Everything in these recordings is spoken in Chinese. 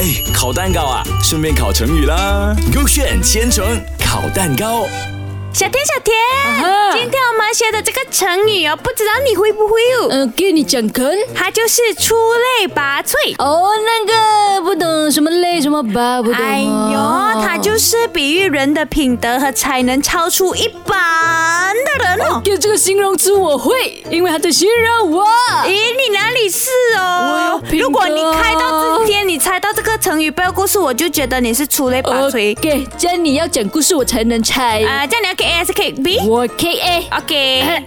哎，烤蛋糕啊，顺便烤成语啦。勾选千层烤蛋糕，小天，小天，啊今天我们学的这个成语哦，不知道你会不会哦？嗯，给你讲坑。它就是出类拔萃。哦，那个不懂什么累什么吧，不懂、啊哎呦，它就是比喻人的品德和才能超出一般的人哦。给这个形容词我会，因为它在形容我。咦，你哪里是哦我有品？德啊如果你开到今天，你猜到这个成语背后故事，我就觉得你是出类拔萃。 OK，这样你要讲故事我才能猜。啊，这样你要给 A 还是给 B？OK。我 K A。古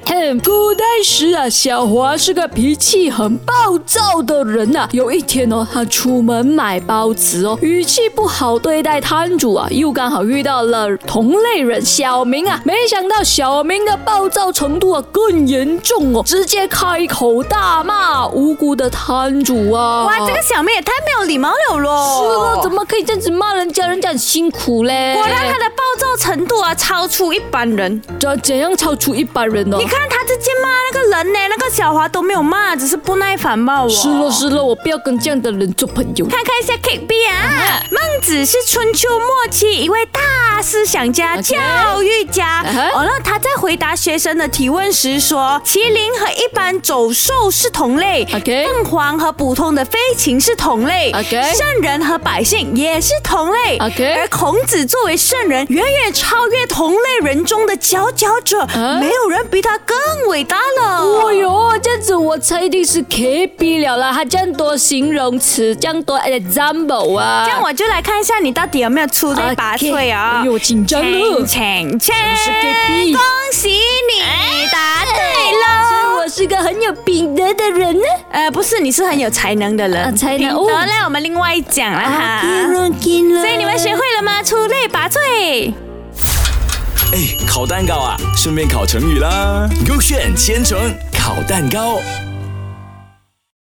哎代时啊，小华是个脾气很暴躁的人呐、有一天哦，他出门买包子哦，语气不好对待摊主啊，又刚好遇到了同类人小明啊。没想到小明的暴躁程度啊更严重哦，直接开口大骂无辜的摊主啊！哇，这个小妹也太没有礼貌了咯！是哦，怎么可以这样子骂人家？人家很辛苦嘞。果然他的暴躁程度啊，超出一般人。这怎样超出一般人哦？你看他直接骂那个人呢，那个小华都没有骂，只是不耐烦罢我。是了是了，我不要跟这样的人做朋友。看看一下 K B 啊，Uh-huh 孟子是春秋末期一位大思想家、 OK 教育家。嗯哼哦，那他在回答学生的提问时说，麒麟和一般走兽是同类 OK 凤凰和普通的飞禽是同类 OK 圣人和百姓也是同类 OK 而孔子作为圣人，远远超越同类人中的佼佼者，啊没有人比他更伟大了。哦哟，这样子我猜一定是 K B 了啦，他这样多形容词，这样多 example 啊，这样我就来看一下你到底有没有出类拔萃啊！ OK，哎呦紧张了请请请！是 Gaby 恭喜你答对了。所以我是个很有品德的人呢。呃，不是，你是很有呃才能哦的啊人，才能品哦德呢，我们另外讲啊啦哈。所所以你们学会了吗？出类拔萃。哎，烤蛋糕啊，顺便烤成语啦。勾选千层烤蛋糕。